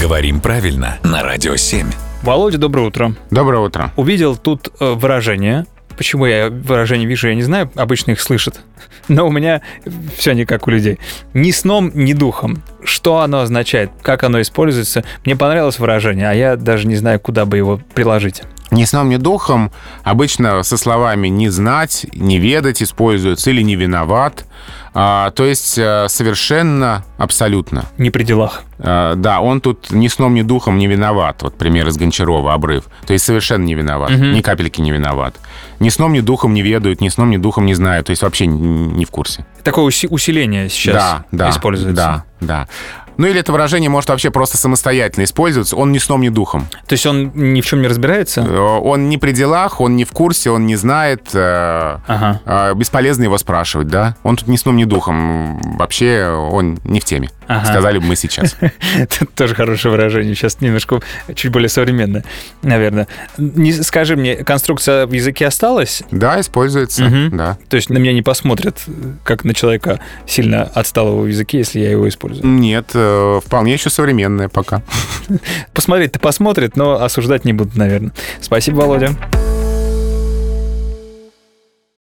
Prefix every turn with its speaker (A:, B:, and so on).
A: Говорим правильно на Радио 7.
B: Володя, доброе утро.
C: Доброе утро.
B: Увидел тут э, выражение. Почему я выражение вижу, я не знаю, обычно их слышат. Но у меня все не как у людей. Ни сном, ни духом. Что оно означает, как оно используется. Мне понравилось выражение, а я даже не знаю, куда бы его приложить.
C: Ни сном, ни духом обычно со словами «не знать», «не ведать» используются или «не виноват». А, то есть э, совершенно, абсолютно.
B: Не при делах.
C: Э, да, он тут ни сном, ни духом не виноват. Вот пример из Гончарова «Обрыв». То есть совершенно не виноват, ни капельки не виноват. Ни сном, ни духом не ведают, ни сном, ни духом не знают. То есть вообще н- не в курсе.
B: Такое уси- усиление сейчас
C: да, да,
B: используется.
C: Да, да. Ну или это выражение может вообще просто самостоятельно использоваться. Он ни сном, ни духом.
B: То есть он ни в чем не
C: Э,
B: разбирается?
C: Он не при делах, он не в курсе, он не знает. э,
B: Ага.
C: э, Бесполезно его спрашивать, да? Он тут ни сном, ни духом. Вообще он не в теме.
B: Ага.
C: Сказали бы мы сейчас.
B: Это тоже хорошее выражение. Сейчас немножко чуть более современное, наверное. Не, скажи мне, конструкция в языке осталась?
C: Да, используется,
B: Мгм.
C: да.
B: То есть на меня не посмотрят, э, как на человека сильно отсталого в языке, если я его использую.
C: Нет, э, вполне еще современное пока.
B: Посмотреть-то посмотрят, но осуждать не будут, наверное. Спасибо, Володя.